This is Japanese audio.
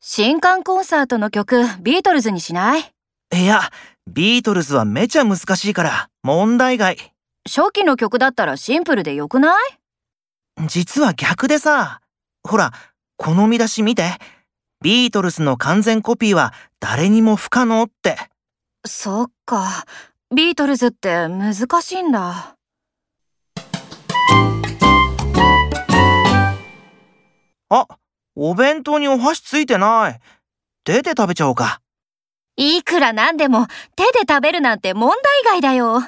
新刊コンサートの曲、ビートルズにしないいや、ビートルズはめちゃ難しいから、問題外。初期の曲だったらシンプルでよくない実は逆でさ。ほら、この見出し見て。ビートルズの完全コピーは誰にも不可能って。そっか。ビートルズって難しいんだ。あ、お弁当にお箸ついてない。出て食べちゃおうか。いくらなんでも手で食べるなんて問題外だよ。